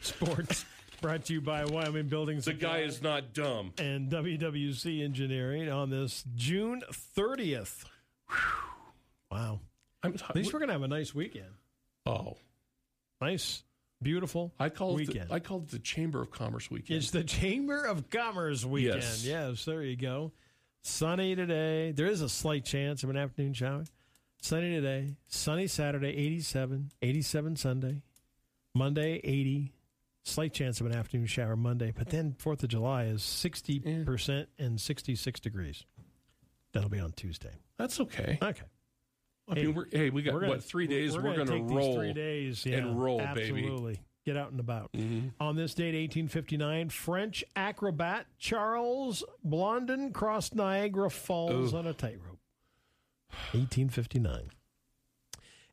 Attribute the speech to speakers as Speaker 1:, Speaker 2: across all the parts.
Speaker 1: Sports, brought to you by Wyoming Buildings
Speaker 2: The guy is not dumb.
Speaker 1: and WWC Engineering on this June 30th. Whew. Wow.
Speaker 2: I'm
Speaker 1: At least we're going to have a nice weekend.
Speaker 2: oh,
Speaker 1: Nice, beautiful
Speaker 2: I called it
Speaker 1: weekend.
Speaker 2: the, I called it the Chamber of Commerce weekend.
Speaker 1: It's the Chamber of Commerce weekend.
Speaker 2: Yes.
Speaker 1: there you go. Sunny today. There is a slight chance of an afternoon shower. Sunny today. Sunny Saturday, 87. 87 Sunday. Monday, 80. Slight chance of an afternoon shower Monday. But then 4th of July is 60% and 66 degrees. That'll be on Tuesday.
Speaker 2: That's okay.
Speaker 1: Okay.
Speaker 2: I mean, we're, hey, we got what three days. We're, going to
Speaker 1: take these
Speaker 2: roll.
Speaker 1: three days
Speaker 2: and
Speaker 1: yeah,
Speaker 2: roll, baby. Mm-hmm.
Speaker 1: absolutely. Get out and about. On this date, 1859, French acrobat Charles Blondin crossed Niagara Falls on a tightrope. 1859.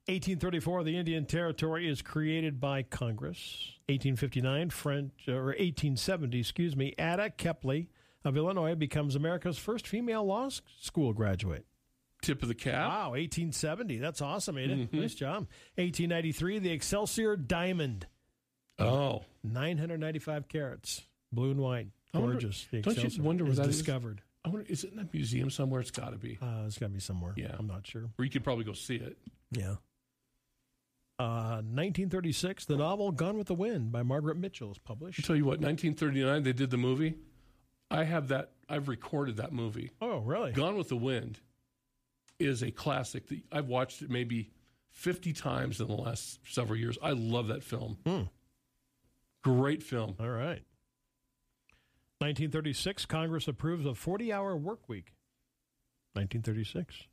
Speaker 1: 1834, the Indian Territory is created by Congress. 1859, French uh, or 1870, excuse me, Ada Kepley of Illinois becomes America's first female law s- school graduate.
Speaker 2: Tip of the cap.
Speaker 1: Wow, 1870. That's awesome, ain't
Speaker 2: Mm-hmm.
Speaker 1: it? Nice job. 1893, the Excelsior Diamond,
Speaker 2: Oh,
Speaker 1: 995 carats, blue and white,
Speaker 2: I wonder-
Speaker 1: gorgeous. The
Speaker 2: don't you
Speaker 1: Excelsior
Speaker 2: wonder where
Speaker 1: is
Speaker 2: that is?
Speaker 1: discovered.
Speaker 2: I wonder, is it in a museum somewhere? It's got to be.
Speaker 1: Uh, it's got to be somewhere.
Speaker 2: Yeah.
Speaker 1: I'm not sure.
Speaker 2: Or you could probably go see it.
Speaker 1: Yeah. Uh, 1936, the novel Gone with the Wind by Margaret Mitchell is
Speaker 2: I
Speaker 1: published.
Speaker 2: tell you what, 1939, they did the movie. I have that. I've recorded that movie.
Speaker 1: Oh, really?
Speaker 2: Gone with the Wind is a classic. that I've watched it maybe 50 times in the last several years. I love that film.
Speaker 1: Hmm.
Speaker 2: Great film.
Speaker 1: All right. 1936, Congress approves a 40 hour work week. 1936.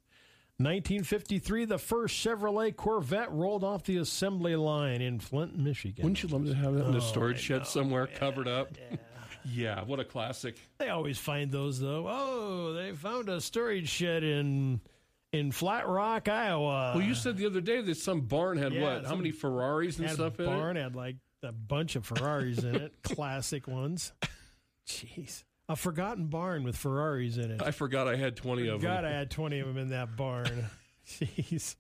Speaker 1: 1953, the first Chevrolet Corvette rolled off the assembly line in Flint, Michigan.
Speaker 2: Wouldn't you love to have that in
Speaker 1: Oh,
Speaker 2: a storage
Speaker 1: I
Speaker 2: shed
Speaker 1: know,
Speaker 2: somewhere covered up? Yeah. what a classic.
Speaker 1: They always find those, though. Oh, they found a storage shed in in Flat Rock, Iowa.
Speaker 2: Well, you said the other day that some barn had
Speaker 1: Uh, Yeah,
Speaker 2: what? How
Speaker 1: some-
Speaker 2: many Ferraris and
Speaker 1: had
Speaker 2: stuff
Speaker 1: a
Speaker 2: in it?
Speaker 1: barn had like a bunch of Ferraris in it, classic ones. Jeez. A forgotten barn with Ferraris in it.
Speaker 2: I forgot I had 20 of
Speaker 1: God, I
Speaker 2: them.
Speaker 1: had 20 of them in that barn. Jeez.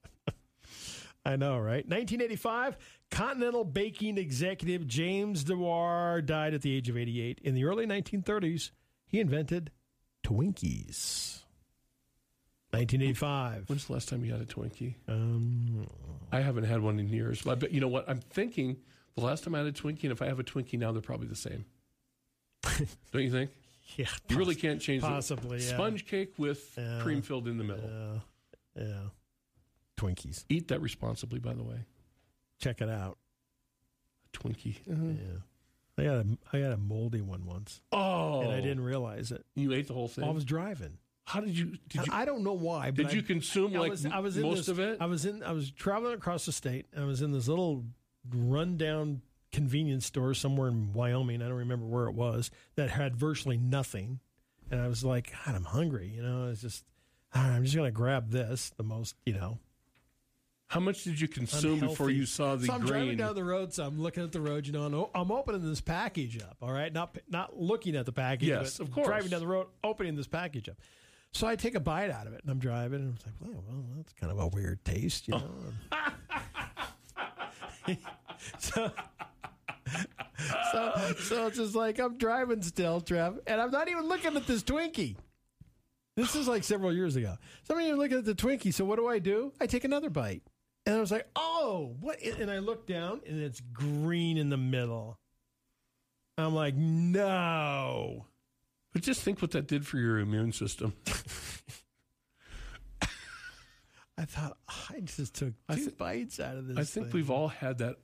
Speaker 1: I know, right? 1985, Continental Baking executive James DeWar died at the age of 88. In the early 1930s, he invented Twinkies. 1985.
Speaker 2: When's the last time you had a Twinkie?
Speaker 1: Um,
Speaker 2: I haven't had one in years. I bet you know what I'm thinking. The last time I had a Twinkie, and if I have a Twinkie now, they're probably the same. Don't you think?
Speaker 1: yeah.
Speaker 2: You really can't change the-
Speaker 1: Possibly, yeah.
Speaker 2: Sponge cake with
Speaker 1: Yeah.
Speaker 2: cream filled in the middle.
Speaker 1: Yeah. Yeah. Twinkies.
Speaker 2: Eat that responsibly, by the way.
Speaker 1: Check it out.
Speaker 2: A Twinkie.
Speaker 1: Yeah. I got a, I got a moldy one once,
Speaker 2: Oh,
Speaker 1: and I didn't realize it.
Speaker 2: You ate the whole thing.
Speaker 1: I was driving.
Speaker 2: How did you? Did
Speaker 1: And
Speaker 2: you?
Speaker 1: I don't know why. But
Speaker 2: Did
Speaker 1: I-
Speaker 2: you consume like
Speaker 1: in
Speaker 2: most
Speaker 1: this-
Speaker 2: of it?
Speaker 1: I was in. I was traveling across the state. and I was in this little rundown convenience store somewhere in Wyoming. I don't remember where it was that had virtually nothing. And I was like, God, I'm hungry. You know, it's just "Ah, I'm just gonna grab this. The most, you know,
Speaker 2: How much did you consume before
Speaker 1: unhealthy.
Speaker 2: you saw the
Speaker 1: so I'm driving
Speaker 2: green?
Speaker 1: down the road. So I'm looking at the road. You know, and oh, I'm opening this package up. All right, not not looking at the package.
Speaker 2: Yes,
Speaker 1: but
Speaker 2: of course.
Speaker 1: Driving down the road, opening this package up. So I take a bite out of it, and I'm driving, and I'm like, well, well that's kind of a weird taste, you know.
Speaker 2: Oh.
Speaker 1: so, so, so it's just like I'm driving still, Trev, and I'm not even looking at this Twinkie. This is like several years ago. So I'm not even looking at the Twinkie. So what do I do? I take another bite. And I was like, oh, what? i- And I look down and it's green in the middle. I'm like, no.
Speaker 2: but just think what that did for your immune system.
Speaker 1: I thought, I just took two
Speaker 2: I thi-
Speaker 1: bites out of this.
Speaker 2: I think
Speaker 1: thing."
Speaker 2: we've all had that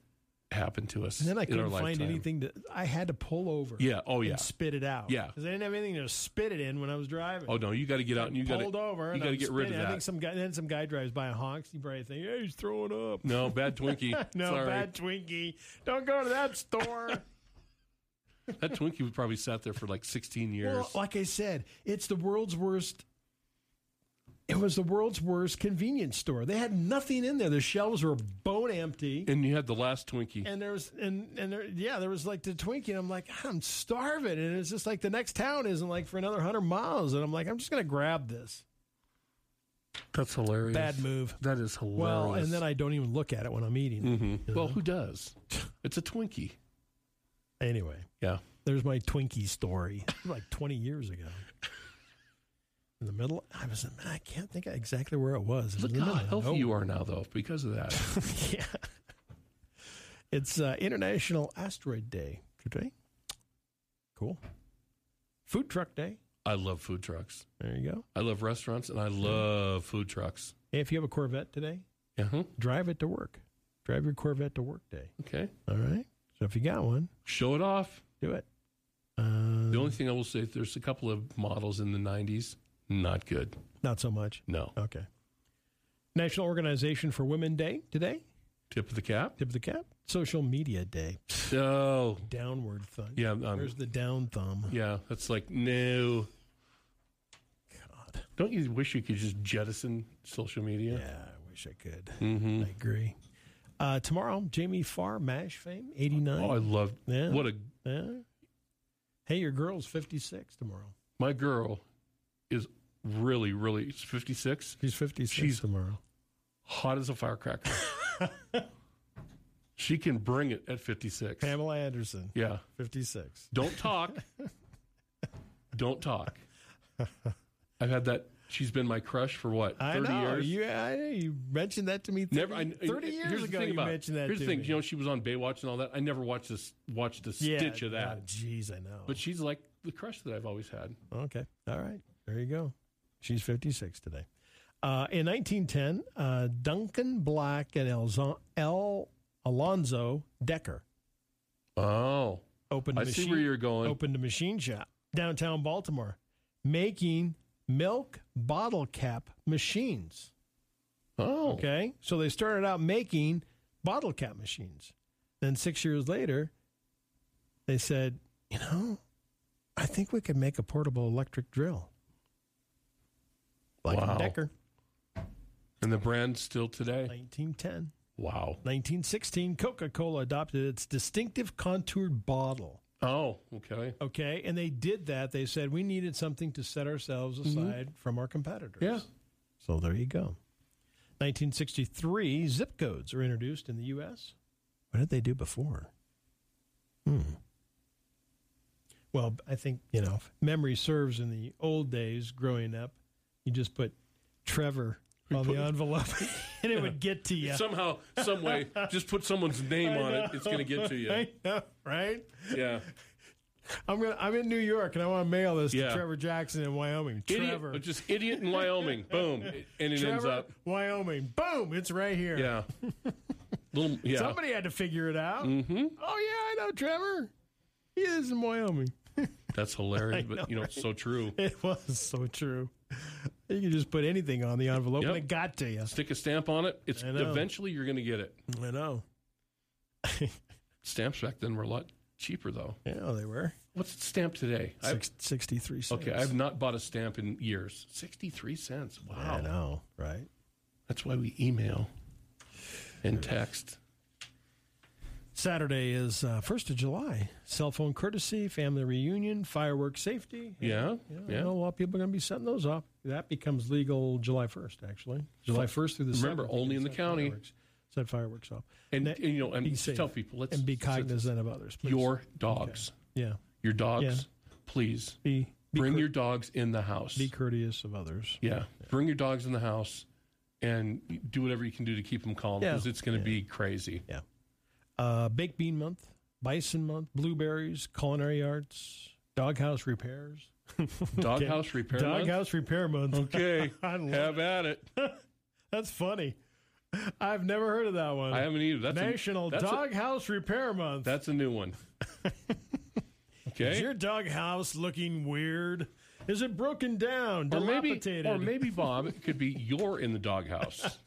Speaker 2: happen to us.
Speaker 1: And then I
Speaker 2: in our
Speaker 1: couldn't find
Speaker 2: lifetime.
Speaker 1: anything to. I had to pull over.
Speaker 2: Yeah. Oh yeah.
Speaker 1: And spit it out.
Speaker 2: Yeah.
Speaker 1: Because I didn't have anything to spit it in when I was driving.
Speaker 2: Oh no, you got to get out and you got
Speaker 1: pulled over.
Speaker 2: to
Speaker 1: and
Speaker 2: you got to
Speaker 1: I'm
Speaker 2: get rid of
Speaker 1: spinning. I think
Speaker 2: that.
Speaker 1: some guy. Then some guy drives by and honks. You probably think, "Hey, he's throwing up."
Speaker 2: No, bad Twinkie.
Speaker 1: No,
Speaker 2: Sorry.
Speaker 1: bad Twinkie. Don't go to that store.
Speaker 2: That Twinkie would probably sat there for like 16 years.
Speaker 1: well, like I said, it's the world's worst. It was the world's worst convenience store. They had nothing in there. The shelves were bone empty.
Speaker 2: and you had the last Twinkie.
Speaker 1: and there was and and there yeah there was like the Twinkie and I'm like I'm starving and it's just like the next town isn't like for another hundred miles and I'm like I'm just gonna grab this
Speaker 2: That's hilarious.
Speaker 1: bad move
Speaker 2: That is hilarious.
Speaker 1: well
Speaker 2: Mm-hmm.
Speaker 1: and then I don't even look at it when I'm eating
Speaker 2: Well, who does? It's a Twinkie.
Speaker 1: Anyway,
Speaker 2: Yeah.
Speaker 1: there's my Twinkie story. like 20 years ago. In the middle, I was. in- I can't think of exactly where it was. It was
Speaker 2: Look
Speaker 1: in the
Speaker 2: how
Speaker 1: middle of
Speaker 2: healthy you
Speaker 1: nowhere.
Speaker 2: are now, though, because of that.
Speaker 1: yeah. It's uh, International Asteroid Day today. Cool. Food Truck Day.
Speaker 2: I love food trucks.
Speaker 1: There you go.
Speaker 2: I love restaurants, and I love food trucks.
Speaker 1: If you have a Corvette today,
Speaker 2: Uh-huh.
Speaker 1: drive it to work. Drive your Corvette to work day.
Speaker 2: Okay.
Speaker 1: All right. So if you got one,
Speaker 2: Show it off.
Speaker 1: do it. Um,
Speaker 2: The only thing I will say is there's a couple of models in the 90s. Not good.
Speaker 1: not so much.
Speaker 2: No.
Speaker 1: Okay. National Organization for Women Day today.
Speaker 2: Tip of the cap.
Speaker 1: Tip of the cap. Social Media Day.
Speaker 2: No.
Speaker 1: Downward thumb.
Speaker 2: Yeah. Um,
Speaker 1: There's the down thumb.
Speaker 2: yeah. That's like, no.
Speaker 1: God.
Speaker 2: Don't you wish you could just jettison social media?
Speaker 1: Yeah, I wish I could.
Speaker 2: Mm-hmm.
Speaker 1: I agree. Uh, tomorrow, Jamie Farr, MASH fame, 89.
Speaker 2: Oh, I love
Speaker 1: yeah.
Speaker 2: what a
Speaker 1: yeah. Hey, your girl's 56 tomorrow.
Speaker 2: my girl is really really she's 56,
Speaker 1: She's 56
Speaker 2: She's-
Speaker 1: tomorrow.
Speaker 2: hot as a firecracker. she can bring it at 56.
Speaker 1: Pamela Anderson,
Speaker 2: Yeah.
Speaker 1: 56.
Speaker 2: Don't talk. Don't talk. I've had that she's been my crush for what? 30
Speaker 1: I know.
Speaker 2: years.
Speaker 1: You, I, you mentioned that to me 30,
Speaker 2: Never, I,
Speaker 1: 30 years
Speaker 2: here's the
Speaker 1: ago.
Speaker 2: thing
Speaker 1: You
Speaker 2: about it.
Speaker 1: mentioned that
Speaker 2: Here's
Speaker 1: to
Speaker 2: the thing.
Speaker 1: me.
Speaker 2: You know, she was on Baywatch and all that. I never watched this, watched a
Speaker 1: yeah,
Speaker 2: stitch of that.
Speaker 1: oh, Jeez, I know.
Speaker 2: But she's like the crush that I've always had.
Speaker 1: okay. All right. There you go. She's 56 today. Uh, in 1910, uh, Duncan Black and Elzo- El Alonzo Decker
Speaker 2: Oh,
Speaker 1: opened
Speaker 2: I
Speaker 1: a machine
Speaker 2: see where you're going.
Speaker 1: opened a machine shop downtown Baltimore, making milk bottle cap machines.
Speaker 2: Oh,
Speaker 1: Okay, so they started out making bottle cap machines. Then six years later, they said, you know, I think we could make a portable electric drill. Black
Speaker 2: Wow.
Speaker 1: and Decker,
Speaker 2: and the brand still today.
Speaker 1: 1910.
Speaker 2: Wow.
Speaker 1: 1916, Coca Cola adopted its distinctive contoured bottle.
Speaker 2: Oh, okay.
Speaker 1: Okay. And they did that. They said we needed something to set ourselves aside from our competitors.
Speaker 2: Yeah.
Speaker 1: So there you go. 1963, zip codes are introduced in the U.S. What did they do before? Hmm. Well, I think, you know, if memory serves in the old days growing up, you just put Trevor
Speaker 2: We
Speaker 1: on
Speaker 2: put-
Speaker 1: the envelope and it would get to you.
Speaker 2: Somehow, some way, just put someone's name on it. It's going to get to you.
Speaker 1: I know, right?
Speaker 2: Yeah.
Speaker 1: I'm gonna. I'm in New York, and I want to mail this
Speaker 2: Yeah.
Speaker 1: to Trevor Jackson in Wyoming.
Speaker 2: Idiot,
Speaker 1: Trevor,
Speaker 2: just idiot in Wyoming. Boom. And it
Speaker 1: Trevor,
Speaker 2: ends up.
Speaker 1: Wyoming. Boom! It's right here.
Speaker 2: Yeah. Little. Yeah. Mm-hmm.
Speaker 1: Somebody had to figure it out. Oh yeah, I know Trevor. He is in Wyoming.
Speaker 2: That's hilarious, but you know, it's so true.
Speaker 1: It was so true. You could just put anything on the envelope,
Speaker 2: Yep.
Speaker 1: and it got to you.
Speaker 2: Stick a stamp on it. It's
Speaker 1: I know.
Speaker 2: eventually you're going to get it.
Speaker 1: I know.
Speaker 2: Stamps back then were a lot cheaper though.
Speaker 1: Yeah, they were
Speaker 2: What's the stamp today? I-
Speaker 1: Six, sixty-three cents.
Speaker 2: okay, I've not bought a stamp in years. Sixty-three cents.
Speaker 1: I
Speaker 2: Wow.
Speaker 1: know, right?
Speaker 2: That's why we email and text.
Speaker 1: Saturday is uh, first of July. Cell phone courtesy, family reunion, fireworks safety.
Speaker 2: Yeah,
Speaker 1: Yeah, I
Speaker 2: yeah.
Speaker 1: know a lot of people are going to be setting those up. That becomes legal July 1st, actually. July 1st through the
Speaker 2: Remember,
Speaker 1: 7th,
Speaker 2: only
Speaker 1: you
Speaker 2: in
Speaker 1: can
Speaker 2: the
Speaker 1: set
Speaker 2: county.
Speaker 1: Fireworks, set fireworks off.
Speaker 2: And,
Speaker 1: That-
Speaker 2: and, you know, and
Speaker 1: be
Speaker 2: just
Speaker 1: safe
Speaker 2: tell people let's
Speaker 1: and be
Speaker 2: let's-
Speaker 1: cognizant of others, please.
Speaker 2: your dogs,
Speaker 1: yeah.
Speaker 2: your dogs, please
Speaker 1: Be, be,
Speaker 2: bring
Speaker 1: cour-
Speaker 2: your dogs in the house.
Speaker 1: be courteous of others.
Speaker 2: yeah, bring your dogs in the house, and do whatever you can do to keep them calm
Speaker 1: Yeah.
Speaker 2: because it's going to be crazy.
Speaker 1: Uh, baked bean month, bison month, blueberries, culinary arts, doghouse repairs.
Speaker 2: Doghouse repair. month?
Speaker 1: Doghouse repair month.
Speaker 2: Okay,
Speaker 1: I love
Speaker 2: have at it.
Speaker 1: That's funny. I've never heard of that one.
Speaker 2: I haven't either. That's
Speaker 1: National
Speaker 2: a, that's A,
Speaker 1: Doghouse Repair Month.
Speaker 2: that's a new one.
Speaker 1: Is
Speaker 2: Okay,
Speaker 1: your doghouse looking weird? Is it broken down?
Speaker 2: or maybe,
Speaker 1: dilapidated?
Speaker 2: or maybe Bob, it could be you're in the doghouse.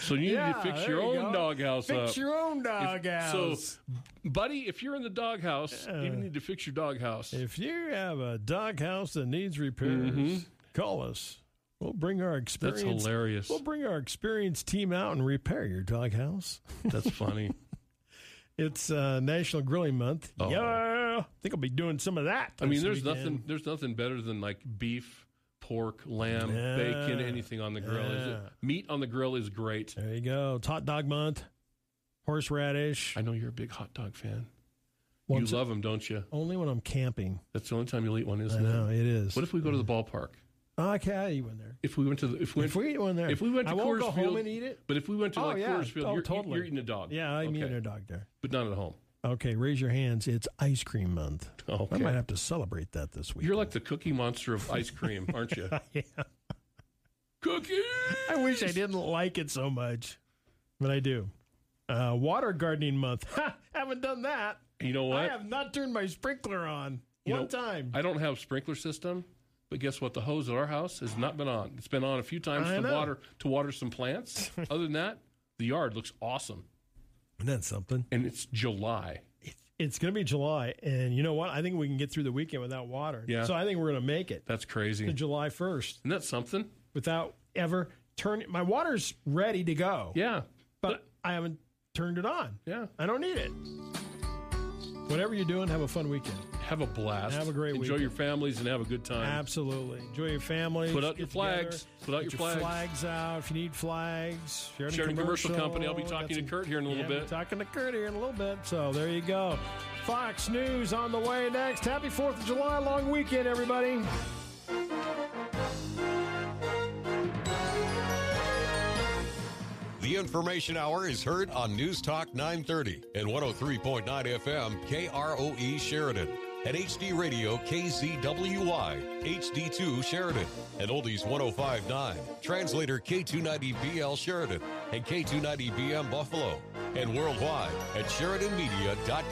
Speaker 2: So you need
Speaker 1: Yeah,
Speaker 2: to fix
Speaker 1: there
Speaker 2: your
Speaker 1: you go.
Speaker 2: own doghouse
Speaker 1: fix
Speaker 2: up.
Speaker 1: your own
Speaker 2: If-
Speaker 1: doghouse.
Speaker 2: So, buddy, if you're in the doghouse, you need to fix your doghouse.
Speaker 1: if you have a doghouse that needs repairs, call us. We'll bring our
Speaker 2: Mm-hmm. That's
Speaker 1: experience.
Speaker 2: hilarious.
Speaker 1: We'll bring our experienced team out and repair your doghouse.
Speaker 2: That's funny.
Speaker 1: It's uh, National Grilling Month.
Speaker 2: Oh.
Speaker 1: Yeah, I think I'll be doing some of that.
Speaker 2: I mean,
Speaker 1: this
Speaker 2: there's
Speaker 1: weekend.
Speaker 2: nothing. There's nothing better than like beef, pork, lamb,
Speaker 1: Yeah.
Speaker 2: bacon, anything on the grill. Is
Speaker 1: Yeah.
Speaker 2: Meat on the grill is great.
Speaker 1: There you go. It's hot dog month. Horseradish.
Speaker 2: I know you're a big hot dog fan.
Speaker 1: Well,
Speaker 2: you
Speaker 1: I'm s-
Speaker 2: love them, don't you?
Speaker 1: Only when I'm camping.
Speaker 2: That's the only time you'll eat one,
Speaker 1: I
Speaker 2: isn't it?
Speaker 1: know it is.
Speaker 2: What if we go to the ballpark?
Speaker 1: Okay, I eat one there.
Speaker 2: If we went to the if we went,
Speaker 1: If we eat one there,
Speaker 2: if we went to
Speaker 1: I won't
Speaker 2: Coors
Speaker 1: go
Speaker 2: Field-
Speaker 1: home and eat it.
Speaker 2: but if we went to
Speaker 1: Oh,
Speaker 2: like
Speaker 1: yeah.
Speaker 2: Coors Field,
Speaker 1: Oh,
Speaker 2: you're,
Speaker 1: totally.
Speaker 2: you're eating a dog.
Speaker 1: Yeah, I'm
Speaker 2: Okay.
Speaker 1: eating a dog there.
Speaker 2: but not at home.
Speaker 1: Okay, raise your hands. It's ice cream month.
Speaker 2: Oh,
Speaker 1: I might
Speaker 2: okay.
Speaker 1: have to celebrate that this week.
Speaker 2: You're like the cookie monster of ice cream, aren't you? Cookie.
Speaker 1: I wish I didn't like it so much, but I do. Uh, water gardening month. Ha! Haven't done that.
Speaker 2: You know what?
Speaker 1: I have not turned my sprinkler on
Speaker 2: You
Speaker 1: one
Speaker 2: know,
Speaker 1: time.
Speaker 2: I don't have sprinkler system, but guess what? The hose at our house has not been on. It's been on a few times
Speaker 1: I
Speaker 2: to
Speaker 1: know.
Speaker 2: water to water some plants. Other than that, the yard looks awesome,
Speaker 1: Isn't that something?
Speaker 2: and it's July.
Speaker 1: It's going to be July, and you know what? I think we can get through the weekend without water.
Speaker 2: Yeah.
Speaker 1: So I think we're going to make it
Speaker 2: That's crazy.
Speaker 1: to
Speaker 2: Isn't
Speaker 1: July 1st
Speaker 2: that something?
Speaker 1: without ever turning. My water's ready to go,
Speaker 2: Yeah,
Speaker 1: but I haven't turned it on.
Speaker 2: yeah.
Speaker 1: I don't need it. Whatever you're doing, have a fun weekend.
Speaker 2: Have a blast.
Speaker 1: Have a great
Speaker 2: Enjoy
Speaker 1: weekend.
Speaker 2: your families and have a good time.
Speaker 1: Absolutely. Enjoy your family.
Speaker 2: Put out your flags. Put out
Speaker 1: Get
Speaker 2: your
Speaker 1: your
Speaker 2: flags.
Speaker 1: flags out. If you need flags, Sheridan,
Speaker 2: Sheridan Commercial Company. I'll be
Speaker 1: Got
Speaker 2: talking to
Speaker 1: some-
Speaker 2: Kurt here in a little
Speaker 1: Yeah, be
Speaker 2: bit.
Speaker 1: Talking to Kurt here in a little bit. So there you go. Fox News on the way next. Happy 4th of July. Long weekend, everybody.
Speaker 3: The Information Hour is heard on News Talk 930 and 103.9 FM KROE E Sheridan. At HD Radio KZWY, HD2 Sheridan. At Oldies 1059, translator K290BL Sheridan and K290BM Buffalo. And worldwide at SheridanMedia.com.